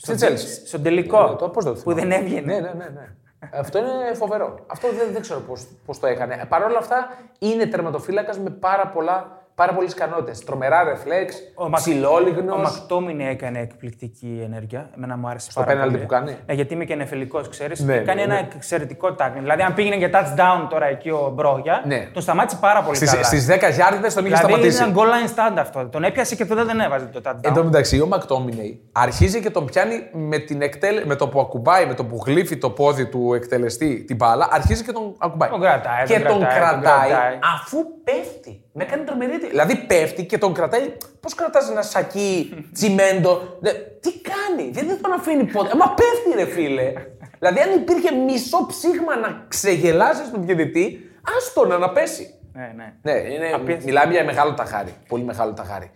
Speaker 2: Στη Chelsea.
Speaker 1: Στον τελικό.
Speaker 2: Ναι, το- πώς δεν το
Speaker 1: που
Speaker 2: θυμάμαι.
Speaker 1: δεν έβγαινε.
Speaker 2: Ναι, ναι, ναι. ναι. Αυτό είναι φοβερό. Αυτό δεν, δεν ξέρω πώς το έκανε. Παρ' όλα αυτά είναι τερματοφύλακας με πάρα, πολλά, πάρα πολλέ ικανότητε. Τρομερά ρεφλέξ,
Speaker 1: Ο Μακ-
Speaker 2: ψηλόλιγνος.
Speaker 1: Ο Μακτόμινε έκανε εκπληκτική ενέργεια. Εμένα μου άρεσε
Speaker 2: Στο
Speaker 1: πάρα
Speaker 2: πέναλτι
Speaker 1: πολύ.
Speaker 2: που κάνει.
Speaker 1: Ναι, γιατί είμαι και νεφελικό, ξέρεις.
Speaker 2: Ναι,
Speaker 1: κάνει
Speaker 2: ναι,
Speaker 1: ένα
Speaker 2: ναι.
Speaker 1: εξαιρετικό τάκλινγκ. Δηλαδή, αν πήγαινε για touchdown τώρα εκεί ο Μπρόγια,
Speaker 2: Ναι.
Speaker 1: τον σταμάτησε πάρα πολύ καλά.
Speaker 2: Στις 10 γιάρδες τον είχε
Speaker 1: δηλαδή,
Speaker 2: σταματήσει.
Speaker 1: ήταν goal line stand αυτό. Τον έπιασε και τότε δεν έβαζε το touchdown.
Speaker 2: Εν τω μεταξύ, ο Μακτόμινεϊ αρχίζει και τον πιάνει με, την εκτέλε... με το που ακουμπάει, με το που γλύφει το πόδι του εκτελεστή την μπάλα, αρχίζει και τον ακουμπάει.
Speaker 1: Τον κρατάει,
Speaker 2: και
Speaker 1: τον
Speaker 2: τον
Speaker 1: κρατάει,
Speaker 2: κρατάει,
Speaker 1: τον κρατάει.
Speaker 2: αφού πέφτει. Με κάνει τρομερή αίσθηση. Δηλαδή πέφτει και τον κρατάει. Πώς κρατάς ένα σακί τσιμέντο. Δε- Τι κάνει, δεν, δεν τον αφήνει πότε. Μα πέφτει, ρε φίλε. δηλαδή, αν υπήρχε μισό ψήγμα να ξεγελάσεις τον διαιτητή, άστονα να πέσει.
Speaker 1: Ναι, ναι.
Speaker 2: Ναι, είναι,
Speaker 1: Απίθανο.
Speaker 2: μιλάμε για μεγάλο ταχάρι. Πολύ μεγάλο ταχάρι.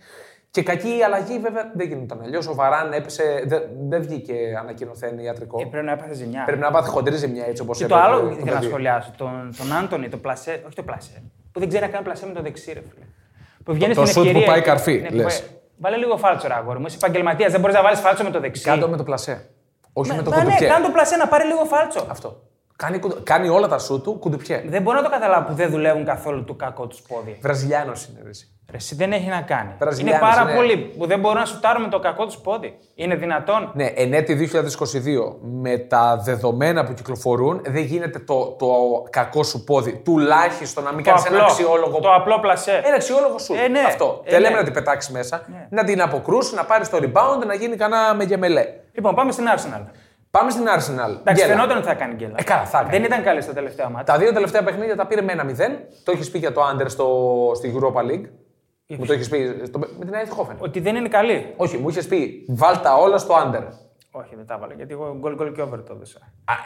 Speaker 2: Και κακή η αλλαγή βέβαια δεν γινόταν αλλιώς. Ο Βαράν έπεσε. δε- Δεν βγήκε ανακοινωθέν ιατρικό.
Speaker 1: Ε, πρέπει να έπαθε ζημιά.
Speaker 2: Πρέπει δηλαδή. να πάθει χοντρή ζημιά έτσι όπως
Speaker 1: Και το άλλο που ήθελα να σχολιάσω, τον, τον Άντωνη, τον Πλασέ, όχι τον Πλασέ, που δεν ξέρει να κάνει Πλασέ με το δεξί, ρε φίλε. Που βγαίνει
Speaker 2: Το- το
Speaker 1: στην
Speaker 2: σουτ που
Speaker 1: ευκαιρία
Speaker 2: πάει
Speaker 1: και-
Speaker 2: καρφί,
Speaker 1: ναι,
Speaker 2: λες.
Speaker 1: που πάει. Βάλε λίγο φάλτσο, ρε αγόρι μου. Είσαι επαγγελματίας, δεν μπορείς να βάλεις φάλτσο με το δεξί.
Speaker 2: Κάντο με το πλασέ. Όχι με το
Speaker 1: Μα ναι,
Speaker 2: κουντουπιέ.
Speaker 1: κάνε το Πλασέ να πάρει λίγο φάλτσο.
Speaker 2: Αυτό. Κάνει, κουντου- κάνει όλα τα σου του κουντουπιέ.
Speaker 1: Δεν μπορώ να το καταλάβω που δεν δουλεύουν καθόλου το κακό τους πόδι.
Speaker 2: Βραζιλιάνος είναι. ρε, εσύ.
Speaker 1: Ρε, εσύ δεν έχει να κάνει. Είναι
Speaker 2: Βραζιλιάνος,
Speaker 1: πάρα
Speaker 2: ναι.
Speaker 1: πολλοί που δεν μπορούν να σουτάρουν με το κακό τους πόδι. Είναι δυνατόν.
Speaker 2: Ναι, εν έτη 2022, με τα δεδομένα που κυκλοφορούν, δεν γίνεται το, το κακό σου πόδι. Τουλάχιστον να μην κάνεις ένα αξιόλογο
Speaker 1: το απλό πλασέ.
Speaker 2: Ένα αξιόλογο σου.
Speaker 1: Ε, ναι.
Speaker 2: Αυτό.
Speaker 1: Ε,
Speaker 2: Δεν λέμε
Speaker 1: ναι.
Speaker 2: να την πετάξεις μέσα, να την αποκρούσεις, να πάρεις το rebound, να γίνει κανένα μεγεμελέ.
Speaker 1: Λοιπόν, πάμε στην Arsenal.
Speaker 2: Πάμε στην Arsenal.
Speaker 1: Εντάξει,
Speaker 2: Γέλα.
Speaker 1: φαινόταν ότι θα κάνει γκέλα.
Speaker 2: Ε, καλά, θα έκανε.
Speaker 1: Δεν ήταν καλή στα τελευταία μάτια.
Speaker 2: Τα δύο τελευταία παιχνίδια τα πήρε με ένα 0. Το έχεις πει για το Άντερ στο, στη Europa League. Μου το έχεις πει στο- με την Αιτχόφεν.
Speaker 1: Ότι δεν είναι καλή.
Speaker 2: Όχι, μου είχες πει βάλ τα όλα στο Άντερ.
Speaker 1: Όχι, δεν τα βάλα γιατί εγώ γκολ γκολ και over το έδωσα.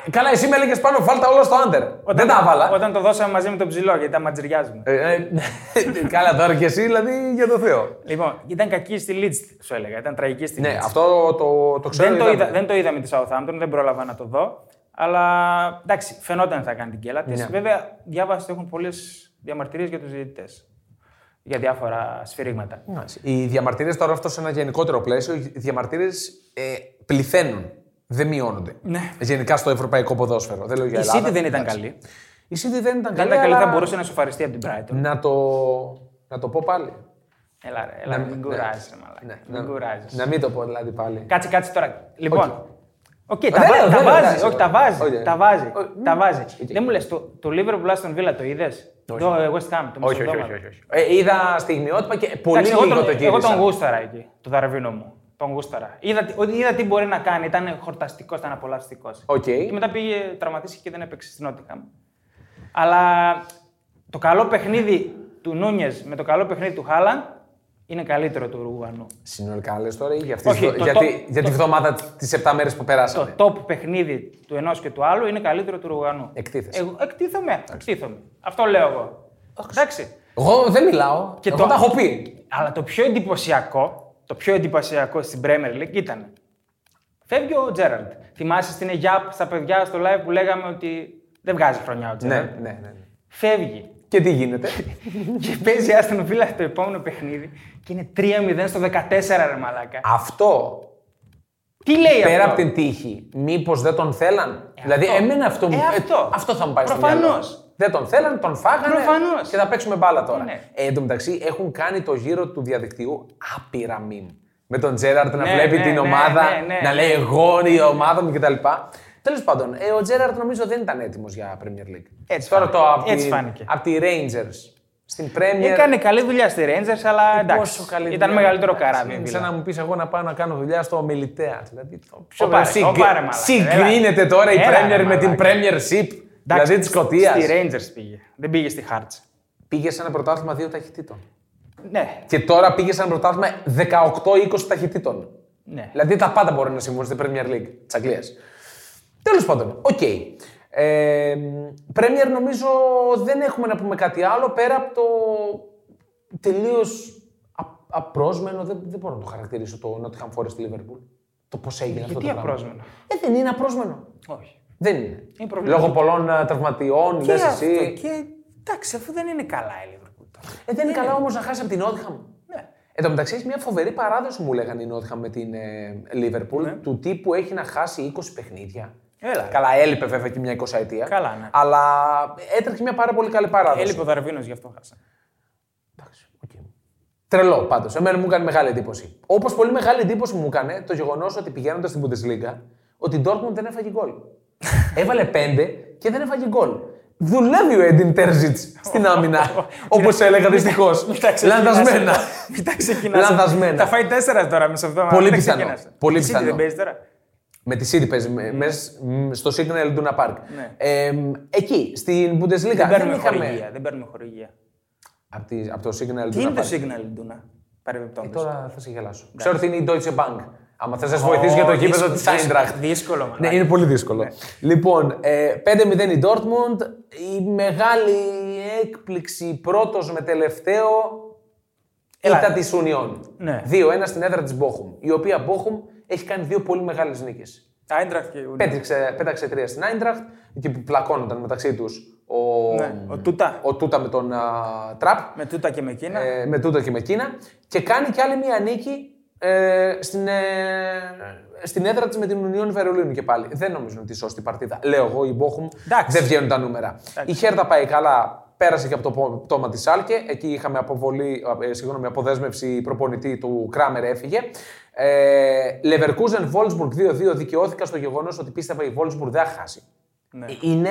Speaker 2: Καλά, εσύ με έλεγες πάνω βάλ τα όλα στο Άντερ. Δεν τα έβαλα.
Speaker 1: Όταν το δώσαμε μαζί με τον ψηλό γιατί τα ματζηριάζουμε.
Speaker 2: Ε, ε, καλά, τώρα και εσύ δηλαδή για το Θεό.
Speaker 1: Λοιπόν, ήταν κακή στη Leeds, σου έλεγα. Ήταν τραγική στη
Speaker 2: Ναι,
Speaker 1: Leeds.
Speaker 2: αυτό το, το ξέρω.
Speaker 1: δεν, το
Speaker 2: ήταν-
Speaker 1: είδα, δεν το είδα με τη Southampton, δεν πρόλαβα να το δω. Αλλά εντάξει, φαινόταν ότι θα κάνει την κέλα της.
Speaker 2: Ναι.
Speaker 1: Βέβαια, διάβασα ότι έχουν πολλές διαμαρτυρίες για τους διαιτητές. Για διάφορα σφυρίγματα.
Speaker 2: Ναι. Οι διαμαρτυρίες τώρα, αυτό σε ένα γενικότερο πλαίσιο, οι διαμαρτυρίες ε, πληθαίνουν. Δεν μειώνονται.
Speaker 1: Ναι.
Speaker 2: Γενικά στο ευρωπαϊκό ποδόσφαιρο. Δεν λέω για
Speaker 1: Η
Speaker 2: Ελλάδα.
Speaker 1: City δεν ήταν
Speaker 2: εντάξει.
Speaker 1: καλή.
Speaker 2: Η City δεν
Speaker 1: Δεν
Speaker 2: ήταν καλή.
Speaker 1: ήταν καλή,
Speaker 2: αλλά... Ναι.
Speaker 1: θα μπορούσε να σοφαριστεί από την Brighton.
Speaker 2: να το, να το πω πάλι.
Speaker 1: Έλα, ρε, έλα, μην κουράζει, μαλάκα.
Speaker 2: Ναι,
Speaker 1: Μην
Speaker 2: να-
Speaker 1: κουράζει.
Speaker 2: Να μην το πω δηλαδή πάλι.
Speaker 1: Κάτσε, κάτσε τώρα. Λοιπόν. Οκ, τα,
Speaker 2: Δεν
Speaker 1: βά-
Speaker 2: λέω,
Speaker 1: τα
Speaker 2: δεν λέω,
Speaker 1: βάζει.
Speaker 2: εντάξει.
Speaker 1: Όχι, τα βάζει.
Speaker 2: Όχι,
Speaker 1: τα βάζει.
Speaker 2: όχι,
Speaker 1: τα βάζει.
Speaker 2: ναι, Οκ.
Speaker 1: Δεν μου λες, το, το Liverpool Aston Villa το είδες. Το West Ham, το
Speaker 2: Όχι, όχι,
Speaker 1: μισοδόματο.
Speaker 2: όχι. όχι, όχι. Ε, είδα στιγμιότυπα και πολύ
Speaker 1: Εντάξει,
Speaker 2: λίγο
Speaker 1: εγώ,
Speaker 2: το
Speaker 1: τον,
Speaker 2: γύρισα.
Speaker 1: εγώ τον γούσταρα εκεί, το δαρβίνο μου. Τον γούσταρα. Είδα, τι- ότι- είδα τι μπορεί να κάνει. Ήταν χορταστικός, ήταν απολαυστικός.
Speaker 2: Οκ.
Speaker 1: Και μετά πήγε, τραυματίστηκε και δεν έπαιξε στην Νότιχαμ. Αλλά το καλό παιχνίδι του Νούνιες με το καλό παιχνίδι του Χάλαντ είναι καλύτερο του Ουρουγουανού.
Speaker 2: Συνολικά λες τώρα ή για, αυτή
Speaker 1: Όχι,
Speaker 2: τη βδο-
Speaker 1: το
Speaker 2: για,
Speaker 1: top-
Speaker 2: τη, για τη βδομάδα τις 7 μέρες που περάσαμε.
Speaker 1: Το top παιχνίδι του ενός και του άλλου είναι καλύτερο του Ουρουγουανού.
Speaker 2: Εκτίθεσαι.
Speaker 1: Εγώ εκτίθομαι. εκτίθομαι. Αυτό λέω εγώ. Εντάξει.
Speaker 2: Εγώ δεν μιλάω.
Speaker 1: Και
Speaker 2: εγώ
Speaker 1: το-
Speaker 2: τα έχω πει.
Speaker 1: Αλλά το πιο εντυπωσιακό, το πιο εντυπωσιακό στην Premier League ήταν. Φεύγει ο Τζέραλντ. Θυμάσαι στην Αιγιάπ στα παιδιά στο live που λέγαμε ότι δεν βγάζει χρονιά ο
Speaker 2: Ναι,
Speaker 1: Τζέραλντ.
Speaker 2: ναι, ναι. ναι.
Speaker 1: Φεύγει.
Speaker 2: Και τι γίνεται.
Speaker 1: και παίζει η Άστον Βίλα το επόμενο παιχνίδι και είναι 3-0 στο 14 ρε μαλάκα.
Speaker 2: αυτό
Speaker 1: Τι λέει
Speaker 2: πέρα
Speaker 1: Ε, αυτό.
Speaker 2: από την τύχη, μήπως δεν τον θέλαν.
Speaker 1: Ε,
Speaker 2: δηλαδή,
Speaker 1: αυτό.
Speaker 2: εμένα αυτό μου.
Speaker 1: Ε, αυτό.
Speaker 2: αυτό θα μου πάει στο
Speaker 1: Προφανώς.
Speaker 2: μυαλό. Δεν τον θέλαν, τον φάγανε.
Speaker 1: Προφανώς.
Speaker 2: Και θα παίξουμε μπάλα τώρα.
Speaker 1: Ναι.
Speaker 2: Ε, εν τω μεταξύ, έχουν κάνει το γύρο του διαδικτύου άπειρα μήνυμα. Με τον Τζέραρτ να
Speaker 1: Ναι,
Speaker 2: βλέπει
Speaker 1: ναι,
Speaker 2: την
Speaker 1: ναι,
Speaker 2: ομάδα,
Speaker 1: ναι, ναι,
Speaker 2: να
Speaker 1: ναι.
Speaker 2: λέει εγώ είναι η ομάδα μου κτλ. Τέλος πάντων, ε, ο Τζέραρτ νομίζω δεν ήταν έτοιμος για Premier League.
Speaker 1: Έτσι
Speaker 2: τώρα
Speaker 1: φάνηκε.
Speaker 2: το από
Speaker 1: Έτσι
Speaker 2: τη,
Speaker 1: φάνηκε.
Speaker 2: απ' τη Rangers στην Premier.
Speaker 1: Έκανε καλή δουλειά στη Rangers, αλλά εντάξει.
Speaker 2: Ε, Πόσο καλή
Speaker 1: ήταν
Speaker 2: δουλειά.
Speaker 1: μεγαλύτερο
Speaker 2: Εντάξει,
Speaker 1: καράβι. η
Speaker 2: είναι
Speaker 1: Villa.
Speaker 2: Σαν να μου πεις εγώ να πάω να κάνω δουλειά στο Μελιτέα. Δηλαδή, το πιο
Speaker 1: πάρε,
Speaker 2: συγκ-
Speaker 1: το πάρε, μαλάκα.
Speaker 2: Συγκρίνεται
Speaker 1: Έλα.
Speaker 2: τώρα η
Speaker 1: Έλα, ρε,
Speaker 2: Premier με την
Speaker 1: μαλάκα.
Speaker 2: Premiership.
Speaker 1: Εντάξει,
Speaker 2: Δηλαδή της Σκωτίας.
Speaker 1: Στη Rangers πήγε. Δεν πήγε στη Hearts.
Speaker 2: Πήγε σε ένα πρωτάθλημα δύο ταχυτήτων.
Speaker 1: Ναι,
Speaker 2: Και τώρα πήγε σε ένα πρωτάθλημα 18-20 ταχυτήτων.
Speaker 1: ναι.
Speaker 2: Δηλαδή τα πάντα μπορεί να συμβούν στην Premier League της Αγγλίας. Τέλος πάντων, οκ. Ε, Premier νομίζω δεν έχουμε να πούμε κάτι άλλο πέρα από το τελείως απρόσμενο, δεν, δεν μπορώ να το χαρακτηρίσω το Nottingham Forest Liverpool. Το πώς έγινε αυτό το
Speaker 1: Γιατί
Speaker 2: πράγμα.
Speaker 1: απρόσμενο.
Speaker 2: Ε, δεν είναι απρόσμενο.
Speaker 1: Όχι.
Speaker 2: Δεν είναι.
Speaker 1: Είναι προβληματικό.
Speaker 2: Λόγω πολλών ε, τραυματιών, λε
Speaker 1: αυτό,
Speaker 2: εσύ.
Speaker 1: και εντάξει, αφού δεν είναι καλά η Liverpool τώρα.
Speaker 2: Ε, δεν είναι καλά όμως να χάσει από την Nottingham.
Speaker 1: Ναι.
Speaker 2: Εν τω μεταξύ, έχεις μια φοβερή παράδοση μου λέγανε η Νότιχα με την ε, Λίβερπουλ του τύπου έχει να χάσει 20 παιχνίδια
Speaker 1: Ναι. Έλα.
Speaker 2: Καλά, έλειπε βέβαια και μια 20 ετία.
Speaker 1: Καλά, ναι.
Speaker 2: Αλλά έτρεχε μια πάρα πολύ καλή παράδοση.
Speaker 1: Έλειπε ο Δαρβίνος, γι' αυτό χάσαμε.
Speaker 2: Εντάξει, οκ. Τρελό πάντως. Εμένα μου έκανε μεγάλη εντύπωση. Όπως πολύ μεγάλη εντύπωση μου έκανε το γεγονός ότι πηγαίνοντας στην Bundesliga, ότι η Dortmund δεν έφαγε γκολ. Έβαλε πέντε και δεν έφαγε γκολ. Δουλεύει ο Έντιν Τέρζιτ στην άμυνα. Όπως έλεγα δυστυχώ. Λανδασμένα.
Speaker 1: Μην τα ξεκινάς.
Speaker 2: Λανδασμένα.
Speaker 1: Τα φάει τέσσερα τώρα μέσα εβδομάδα.
Speaker 2: Πολύ
Speaker 1: Μην τα
Speaker 2: πιθανό.
Speaker 1: ξεκινάς.
Speaker 2: Πολύ
Speaker 1: Η City
Speaker 2: πιθανό.
Speaker 1: Δεν παίζεις τώρα.
Speaker 2: Με τη City παίζει με- μες, μ, στο Signal Iduna Park.
Speaker 1: Ναι.
Speaker 2: Ε, μ, εκεί, στην Bundesliga.
Speaker 1: Δεν παίρνουμε
Speaker 2: είχαμε.
Speaker 1: χορηγία. Δεν παίρνουμε χορηγία.
Speaker 2: Από, τη, απ' το Signal
Speaker 1: Τι
Speaker 2: Iduna
Speaker 1: είναι
Speaker 2: Park.
Speaker 1: το signal, Ντούνα, παρεμπιπτόντως.
Speaker 2: Ε, Τώρα θα σε γελάσω. Ξέρω ότι είναι η Deutsche Bank. Άμα θες να σε βοηθήσει για το
Speaker 1: Ω,
Speaker 2: γήπεδο τη
Speaker 1: δύσκολο,
Speaker 2: Eintracht.
Speaker 1: δύσκολο, μαλάκα.
Speaker 2: Ναι, είναι πολύ δύσκολο. Λοιπόν, ε, 5-0 η Dortmund. Η μεγάλη έκπληξη πρώτος με τελευταίο
Speaker 1: Έλα.
Speaker 2: ήταν της Union.
Speaker 1: Ναι.
Speaker 2: 2-1 στην έδρα της Bochum. Η οποία Bochum έχει κάνει δύο πολύ μεγάλες νίκες.
Speaker 1: Τα Eintracht και ο-
Speaker 2: Πέταξε, πέταξε τρία στην Eintracht, εκεί που πλακώνονταν μεταξύ τους ο,
Speaker 1: Ναι, ο Τούτα.
Speaker 2: ο Τούτα με τον α, Τραπ.
Speaker 1: Με τούτα και με εκείνα.
Speaker 2: ε, με τούτο και με εκείνα. Και κάνει και άλλη μία νίκη ε, στην, ε, στην έδρα της με την Union Βερολίνου και πάλι. Δεν νομίζω ότι σώσει την παρτίδα. Λέω εγώ, η Μπόχουμ
Speaker 1: Εντάξει.
Speaker 2: δεν βγαίνουν τα νούμερα. Η Χέρτα πάει καλά. Πέρασε και από το πο- πτώμα της Σάλκε. Εκεί είχαμε αποβολή, ε, συγγνώμη, αποδέσμευση προπονητή του Κράμερ έφυγε. Ε, Leverkusen Wolfsburg 2-2 δικαιώθηκα στο γεγονός ότι πίστευα η Wolfsburg δεν θα χάσει.
Speaker 1: Ναι.
Speaker 2: Είναι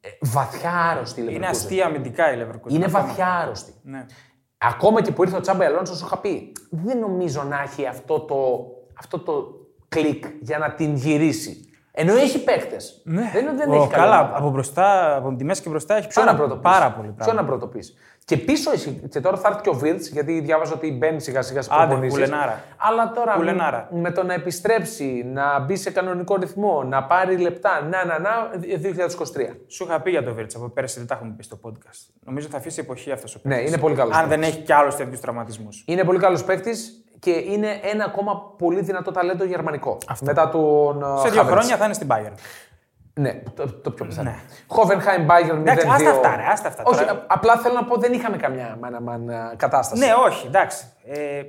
Speaker 2: ε, βαθιά άρρωστη η Leverkusen.
Speaker 1: Είναι αστεία αμυντικά η Leverkusen.
Speaker 2: Είναι
Speaker 1: Ακόμα.
Speaker 2: βαθιά άρρωστη.
Speaker 1: Ναι.
Speaker 2: Ακόμα και που ήρθε ο Τσάμπα Αλόνσο, σου είχα πει, δεν νομίζω να έχει αυτό το, αυτό το κλικ για να την γυρίσει. Ενώ έχει παίκτες. Δεν είναι ότι δεν
Speaker 1: Ναι. Ω,
Speaker 2: έχει
Speaker 1: καλά,
Speaker 2: καλά. ομάδα.
Speaker 1: από μπροστά, από τη μέση και μπροστά έχει
Speaker 2: Ποιο
Speaker 1: πάρα,
Speaker 2: να πρώτο πεις.
Speaker 1: πάρα πολύ
Speaker 2: Ποιο
Speaker 1: πράγμα.
Speaker 2: να πρώτο πεις. Και πίσω εσύ. Και τώρα θα έρθει και ο Βίρτ, γιατί διάβαζα ότι μπαίνει σιγά σιγά στις
Speaker 1: Άντε,
Speaker 2: προπονήσεις.
Speaker 1: κουλενάρα.
Speaker 2: Αλλά τώρα
Speaker 1: Κουλενάρα.
Speaker 2: με το να επιστρέψει, να μπει σε κανονικό ρυθμό, να πάρει λεπτά. Να, να, να, 2023.
Speaker 1: Σου είχα πει για το Βίρτσα από πέρσι, δεν τα έχουμε πει στο podcast. Νομίζω θα αφήσει εποχή αυτός ο
Speaker 2: Ναι,
Speaker 1: παίκτης.
Speaker 2: είναι πολύ καλός
Speaker 1: Αν δεν έχει κι άλλου τέτοιους τραυματισμούς.
Speaker 2: Είναι πολύ καλός παίκτης και είναι ένα ακόμα πολύ δυνατό ταλέντο γερμανικό. Μετά τον. ε,
Speaker 1: Σε δύο
Speaker 2: Havertz.
Speaker 1: χρόνια θα είναι στην Bayern.
Speaker 2: Ναι, το, το πιο πιθανό.
Speaker 1: Ναι.
Speaker 2: Χόφενχάιμ, Bayern 0-2.
Speaker 1: Εντάξει, άστα αυτά, ρε, άστα αυτά.
Speaker 2: Όχι,
Speaker 1: Τώρα-
Speaker 2: α- απλά θέλω να πω δεν είχαμε καμιά μάνα μαν α, κατάσταση.
Speaker 1: Ναι, όχι, εντάξει. Ε,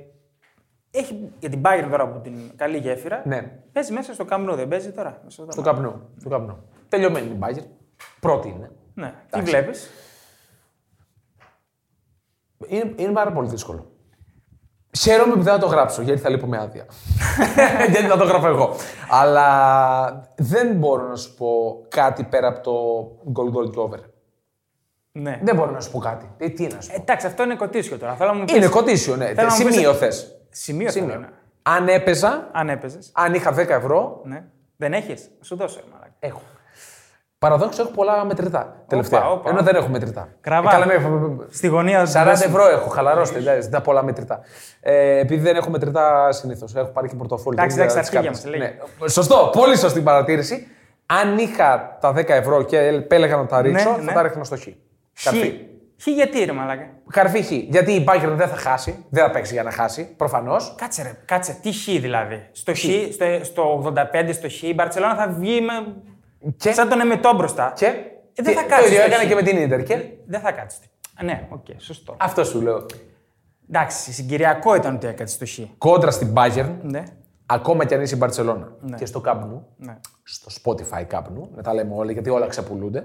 Speaker 1: έχει για την Bayern τώρα από την καλή γέφυρα.
Speaker 2: Ναι.
Speaker 1: Παίζει μέσα στο Camp Nou, δεν παίζει τώρα. Μέσα στο
Speaker 2: Του καπνού. Του καπνού. Τελειωμένη η Bayern. Πρώτη είναι.
Speaker 1: Ναι, τι βλέπεις.
Speaker 2: είναι. Είναι πάρα πολύ δύσκολο. Χαίρομαι που δεν θα το γράψω, γιατί θα λείπω με άδεια. γιατί θα το γράφω εγώ. Αλλά δεν μπορώ να σου πω κάτι πέρα από το goal goal και over.
Speaker 1: Ναι.
Speaker 2: Δεν μπορώ να σου πω κάτι. Ε, τι να σου πω.
Speaker 1: Εντάξει, αυτό είναι κοτίσιο τώρα. Θέλω να μου πεις-
Speaker 2: είναι κοτήσιο, ναι.
Speaker 1: θέλω να μου πεις-
Speaker 2: Σημείο θες.
Speaker 1: Σημείο,
Speaker 2: Σημείο.
Speaker 1: Σημείο. Ναι.
Speaker 2: Αν έπαιζα,
Speaker 1: Αν έπαιζες.
Speaker 2: αν είχα 10 ευρώ,
Speaker 1: Ναι. Δεν έχεις. Σου δώσω, ρε μαλάκα.
Speaker 2: Έχω. Παραδόξω έχω πολλά μετρητά τελευταία.
Speaker 1: όπα.
Speaker 2: Ενώ δεν έχω μετρητά.
Speaker 1: Κραβά.
Speaker 2: Ε, Καλά, με...
Speaker 1: Στη γωνία
Speaker 2: 40 ευρώ έχω, χαλαρώστε. εντάξει, δεν τα πολλά μετρητά. Ε, επειδή δεν έχω μετρητά συνήθως, έχω πάρει και πορτοφόλι.
Speaker 1: Εντάξει,
Speaker 2: δεν
Speaker 1: εντάξει,
Speaker 2: ξέρω
Speaker 1: τα
Speaker 2: τις
Speaker 1: αρχίδια
Speaker 2: κάρτες. Ναι. Σωστό, πολύ σωστή παρατήρηση. Αν είχα τα 10 ευρώ και επέλεγα να τα ρίξω,
Speaker 1: Ναι,
Speaker 2: θα
Speaker 1: ναι.
Speaker 2: τα ρίχνα στο χ. Καρφί.
Speaker 1: Χ γιατί ρε μαλάκα.
Speaker 2: Καρφί χ. Γιατί η Bayern δεν θα χάσει, δεν θα παίξει για να χάσει, προφανώς.
Speaker 1: Κάτσε ρε, κάτσε. Τι χ δηλαδή. Στο, χ, στο, στο 85 στο χ η Μπαρτσελώνα θα βγει με...
Speaker 2: Και-
Speaker 1: σαν τον εμετό μπροστά.
Speaker 2: Και
Speaker 1: Ε, δεν θα
Speaker 2: τι-
Speaker 1: κάτσεις
Speaker 2: Το ίδιο
Speaker 1: στο
Speaker 2: έκανε
Speaker 1: χ.
Speaker 2: και με την ντερ. Και...
Speaker 1: Δεν θα κάτσεις. Α, Ναι, οκ, σωστό.
Speaker 2: Αυτό σου λέω.
Speaker 1: Εντάξει, συγκυριακό ήταν ότι έκατσε στο χ.
Speaker 2: Κόντρα στην Bayern,
Speaker 1: Ναι,
Speaker 2: ακόμα κι αν είσαι η Μπαρσελόνα και στο κάμπνου,
Speaker 1: ναι.
Speaker 2: στο Spotify κάπου, να τα λέμε όλα γιατί όλα ξεπουλούνται.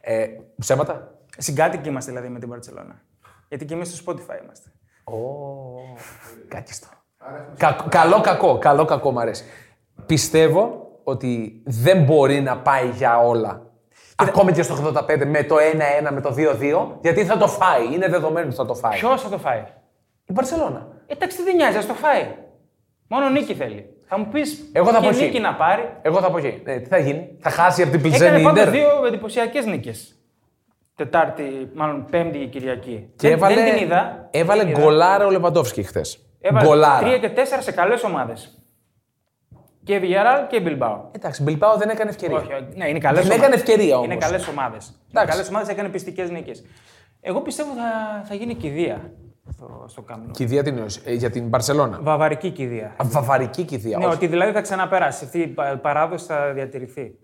Speaker 2: Ε, ψέματα.
Speaker 1: Συγκάτοικοι είμαστε δηλαδή με την Μπαρτσελώνα. Γιατί και εμείς στο Spotify είμαστε.
Speaker 2: Ω, Κάκιστο. Κακ- καλό κακό, καλό κακό μ' αρέσει. Πιστεύω ότι δεν μπορεί να πάει για όλα. Ακόμα και στο 85 με το 1-1, με το 2-2, γιατί θα το φάει. Είναι δεδομένο ότι θα το φάει.
Speaker 1: Ποιος θα το φάει.
Speaker 2: Η Μπαρσελόνα.
Speaker 1: Ε, Εντάξει, τι δεν νοιάζει, ας το φάει. Μόνο νίκη θέλει. Θα μου πεις
Speaker 2: Εγώ θα
Speaker 1: και
Speaker 2: πω χ.
Speaker 1: νίκη να πάρει.
Speaker 2: Εγώ θα πω εκεί. Ε, τι θα γίνει. Θα χάσει από την Πλιζένη
Speaker 1: Έκανε
Speaker 2: η
Speaker 1: πάντω
Speaker 2: Ιντερ.
Speaker 1: δύο εντυπωσιακές νίκες. Τετάρτη, μάλλον Πέμπτη και Κυριακή.
Speaker 2: Και
Speaker 1: δεν,
Speaker 2: έβαλε,
Speaker 1: δεν την είδα.
Speaker 2: έβαλε
Speaker 1: δεν την είδα.
Speaker 2: γκολάρα ο Λεβαντόφσκι χθες.
Speaker 1: Έβαλε τρία και τέσσερα σε καλές ομάδες. Και Villarreal και Bilbao.
Speaker 2: Εντάξει, Μπιλπάο δεν έκανε ευκαιρία.
Speaker 1: Όχι, όχι, ναι, είναι καλές
Speaker 2: Δεν έκανε ευκαιρία όμως.
Speaker 1: Είναι καλές ομάδες. Είναι καλές ομάδες, έκανε πιστικές νίκες. Εγώ πιστεύω θα, θα γίνει κηδεία στο, στο Camp Nou.
Speaker 2: Κηδεία την εννοείς, ε, για την Μπαρσελόνα.
Speaker 1: Βαβαρική κηδεία.
Speaker 2: Βαβαρική κηδεία.
Speaker 1: Ναι,
Speaker 2: όχι.
Speaker 1: ότι δηλαδή θα ξαναπεράσει. Αυτή η πα- παράδοση θα διατηρηθεί.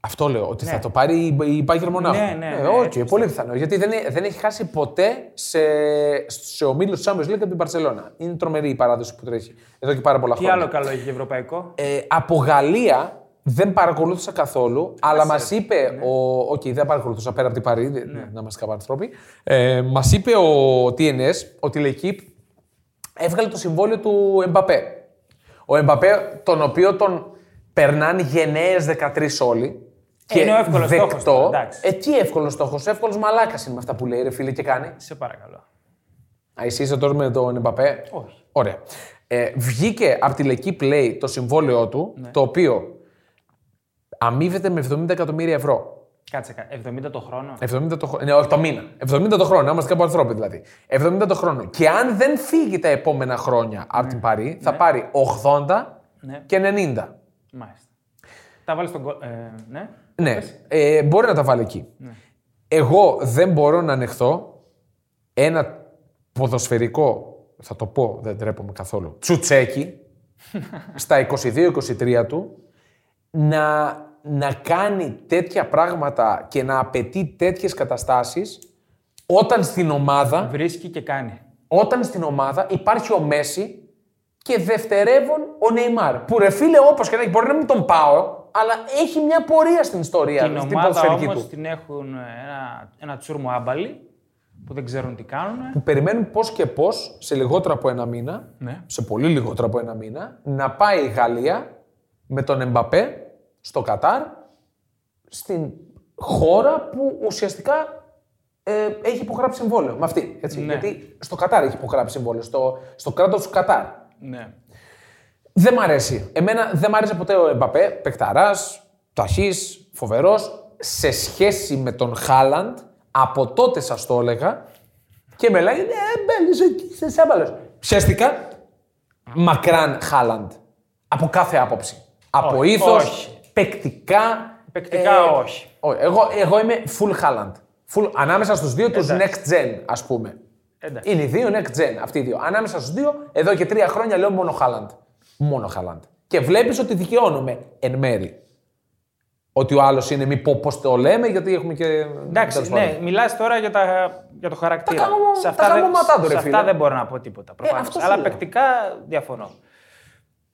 Speaker 2: Αυτό λέω, ότι θα το πάρει η- η Bayern Μονάχου.
Speaker 1: Ναι, ναι,
Speaker 2: ε,
Speaker 1: ναι,
Speaker 2: όχι,
Speaker 1: έτσι
Speaker 2: πολύ πιθανό. Γιατί δεν, ε- δεν έχει χάσει ποτέ σε, σε ομίλους της Champions League από την Μπαρσελόνα. Είναι τρομερή η παράδοση που τρέχει εδώ και πάρα πολλά
Speaker 1: Τι
Speaker 2: χρόνια.
Speaker 1: άλλο καλό έχει ευρωπαϊκό.
Speaker 2: Ε, από Γαλλία Δεν παρακολούθησα καθόλου, αλλά μα είπε.
Speaker 1: ναι.
Speaker 2: Ο... Οκ, δεν παρακολουθούσα πέρα από την Παρή, δεν- να είμαστε κάπου άνθρωποι. Ε, μας είπε ο TNS ότι η Λεκύπ έβγαλε το συμβόλαιο του Εμπαπέ. Ο Εμπαπέ, τον οποίο τον περνάνε γενναίες 13 όλοι.
Speaker 1: Ε, είναι ο εύκολος στόχος τώρα, εντάξει.
Speaker 2: ε, τι εύκολος στόχος. Εύκολος μαλάκας είναι με αυτά που λέει, ρε φίλε, και κάνει.
Speaker 1: Σε παρακαλώ.
Speaker 2: Α, εσύ είσαι τώρα με τον Εμπαπέ.
Speaker 1: Όχι.
Speaker 2: Ωραία. Ε, βγήκε από τη Λεκή Play το συμβόλαιό του, το οποίο αμείβεται με 70 εκατομμύρια ευρώ.
Speaker 1: Κάτσε, κα- 70 το χρόνο.
Speaker 2: 70 το, χρο- ναι, όχι, το μήνα. 70 το χρόνο, να είμαστε κάπου ανθρώποι δηλαδή. 70 το χρόνο. Και αν δεν φύγει τα επόμενα χρόνια από την Παρή, θα πάρει 80
Speaker 1: Ναι.
Speaker 2: και 90.
Speaker 1: Μάλιστα. Τα βάλεις στον κο... ε, ναι.
Speaker 2: Ναι, ε, μπορεί να τα βάλει εκεί. Εγώ δεν μπορώ να ανεχθώ ένα ποδοσφαιρικό, θα το πω, δεν τρέπομαι καθόλου, τσουτσέκι στα 22-23 του να, να κάνει τέτοια πράγματα και να απαιτεί τέτοιες καταστάσεις όταν στην ομάδα,
Speaker 1: Βρίσκει και κάνει.
Speaker 2: όταν στην ομάδα υπάρχει ο Μέση και δευτερεύον ο Νεϊμάρ. Που ρε φίλε όπως και να έχει, μπορεί να μην τον πάω, αλλά έχει μια πορεία στην ιστορία
Speaker 1: Την
Speaker 2: του, στην
Speaker 1: ομάδα
Speaker 2: ποδοσφαιρική του.
Speaker 1: όμω την έχουν ένα, ένα τσούρμο άμπαλι που δεν ξέρουν τι κάνουν.
Speaker 2: που περιμένουν πώς και πώς σε λιγότερο από ένα μήνα,
Speaker 1: Ναι.
Speaker 2: σε πολύ λιγότερο από ένα μήνα, να πάει η Γαλλία με τον Εμπαπέ στο Κατάρ, στην χώρα που ουσιαστικά ε, έχει υπογράψει συμβόλαιο. Με αυτή. Έτσι.
Speaker 1: Ναι.
Speaker 2: Γιατί στο Κατάρ έχει υπογράψει συμβόλαιο, στο, στο κράτος του Κατάρ.
Speaker 1: Ναι.
Speaker 2: Δεν μ' αρέσει. Εμένα δεν μ' άρεσε ποτέ ο Εμπαπέ, παικταρά, ταχύς, φοβερός. Σε σχέση με τον Χάλαντ, από τότε σας το έλεγα και με λέγανε Ε, μπέλε, είσαι σάμπαλος. Ψιαστικά, μακράν Χάλαντ. Από κάθε άποψη. Από
Speaker 1: Όχι,
Speaker 2: ήθος,
Speaker 1: όχι.
Speaker 2: παικτικά. ε,
Speaker 1: Παικτικά όχι.
Speaker 2: Εγώ, εγώ είμαι full Χάλαντ. Full, ανάμεσα στους δύο τους next gen, ας πούμε.
Speaker 1: Εντάξει.
Speaker 2: Είναι οι δύο next gen, αυτοί οι δύο. Ανάμεσα στους δύο, εδώ και τρία χρόνια λέω μόνο Χάλαντ. Μόνο Χάλαντ. Και βλέπεις ότι δικαιώνομαι εν μέρη. Ότι ο άλλος είναι μη πω πώς το λέμε, γιατί έχουμε και. τέλος
Speaker 1: Εντάξει,
Speaker 2: πάντων.
Speaker 1: ναι, μιλάς τώρα για, τα, για το χαρακτήρα.
Speaker 2: Τα κάνω-
Speaker 1: σε
Speaker 2: τα
Speaker 1: αυτά,
Speaker 2: κάνω
Speaker 1: δεν,
Speaker 2: ματά του, ρε
Speaker 1: σε
Speaker 2: φίλε. Ε,
Speaker 1: αυτά δεν μπορώ να πω τίποτα. Προφανώς.
Speaker 2: αυτό σου
Speaker 1: Αλλά
Speaker 2: λέω.
Speaker 1: παικτικά διαφωνώ.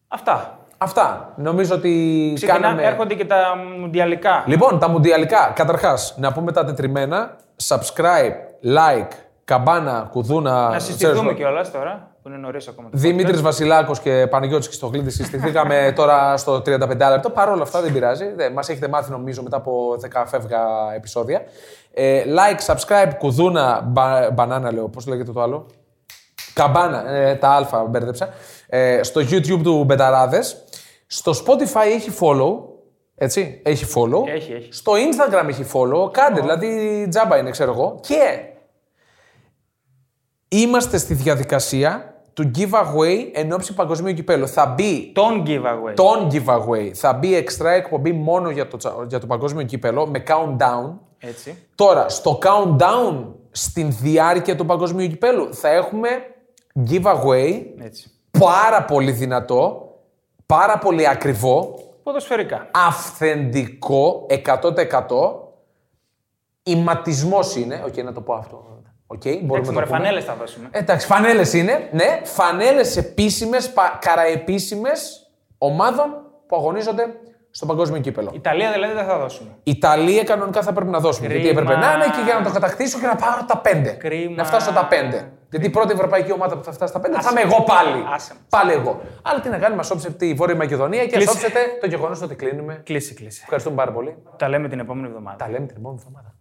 Speaker 1: Αυτά.
Speaker 2: Αυτά. Νομίζω ότι
Speaker 1: Ξεκινά,
Speaker 2: κάναμε.
Speaker 1: Έρχονται και τα μουντιαλικά.
Speaker 2: Λοιπόν, τα μουντιαλικά. Καταρχάς, να πούμε τα τετριμένα. Subscribe, like, καμπάνα, κουδούνα.
Speaker 1: Να συστηθούμε κιόλας τώρα, που είναι νωρίς ακόμα. το
Speaker 2: Δημήτρης Βασιλάκος και Παναγιώτης Χρυστοκλήτη συστηθήκαμε τώρα στο 35 λεπτό. Παρ' όλα αυτά δεν πειράζει. Μας έχετε μάθει νομίζω μετά από 10 φεύγα επεισόδια. Ε, like, subscribe, κουδούνα, μπα, μπανάνα λέω, πώς λέγεται το άλλο. Καμπάνα, ε, τα αλφα μπέρδεψα. Ε, στο YouTube του Μπεταράδες. Στο Spotify έχει follow. Έτσι, έχει follow.
Speaker 1: Έχει, έχει.
Speaker 2: Στο Instagram έχει follow. Κάντε, δηλαδή τζάμπα είναι, ξέρω εγώ. Και είμαστε στη διαδικασία του giveaway εν ώψη παγκοσμίου κυπέλου. Θα μπει
Speaker 1: Τον giveaway.
Speaker 2: τον giveaway, θα μπει εξτρά εκπομπή μόνο για το, τσα- για το παγκόσμιο κύπελο με countdown.
Speaker 1: Έτσι.
Speaker 2: Τώρα, στο countdown, στην διάρκεια του παγκοσμίου κυπέλου, θα έχουμε giveaway
Speaker 1: Έτσι.
Speaker 2: πάρα πολύ δυνατό, πάρα πολύ ακριβό,
Speaker 1: Ποδοσφαιρικά.
Speaker 2: αυθεντικό 100% ηματισμός είναι. Οκ, να το πω αυτό. Οκ, μπορούμε
Speaker 1: Εντάξει, μωρέ,
Speaker 2: να το πούμε.
Speaker 1: φανέλες θα δώσουμε.
Speaker 2: Εντάξει, φανέλες είναι. Ναι, φανέλες επίσημες, καραεπίσημες ομάδων που αγωνίζονται στο παγκόσμιο κύπελο.
Speaker 1: Ιταλία δηλαδή δεν θα δώσουμε.
Speaker 2: Ιταλία κανονικά θα πρέπει να δώσουμε.
Speaker 1: Κρίμα.
Speaker 2: Γιατί έπρεπε να είναι και για να το κατακτήσω και να πάρω τα πέντε.
Speaker 1: Κρίμα.
Speaker 2: Να φτάσω τα πέντε. Γιατί η πρώτη ευρωπαϊκή ομάδα που θα φτάσει στα πέντε θα είμαι εγώ πάλι.
Speaker 1: Άσε μας.
Speaker 2: Πάλι εγώ. Αλλά τι να κάνουμε, μα όψε τη Βόρεια Μακεδονία και
Speaker 1: Κλείσε.
Speaker 2: σώψετε το γεγονός ότι κλείνουμε.
Speaker 1: Κλείσει, κλείσει.
Speaker 2: Ευχαριστούμε πάρα πολύ.
Speaker 1: Τα λέμε την επόμενη εβδομάδα.
Speaker 2: Τα λέμε την επόμενη εβδομάδα.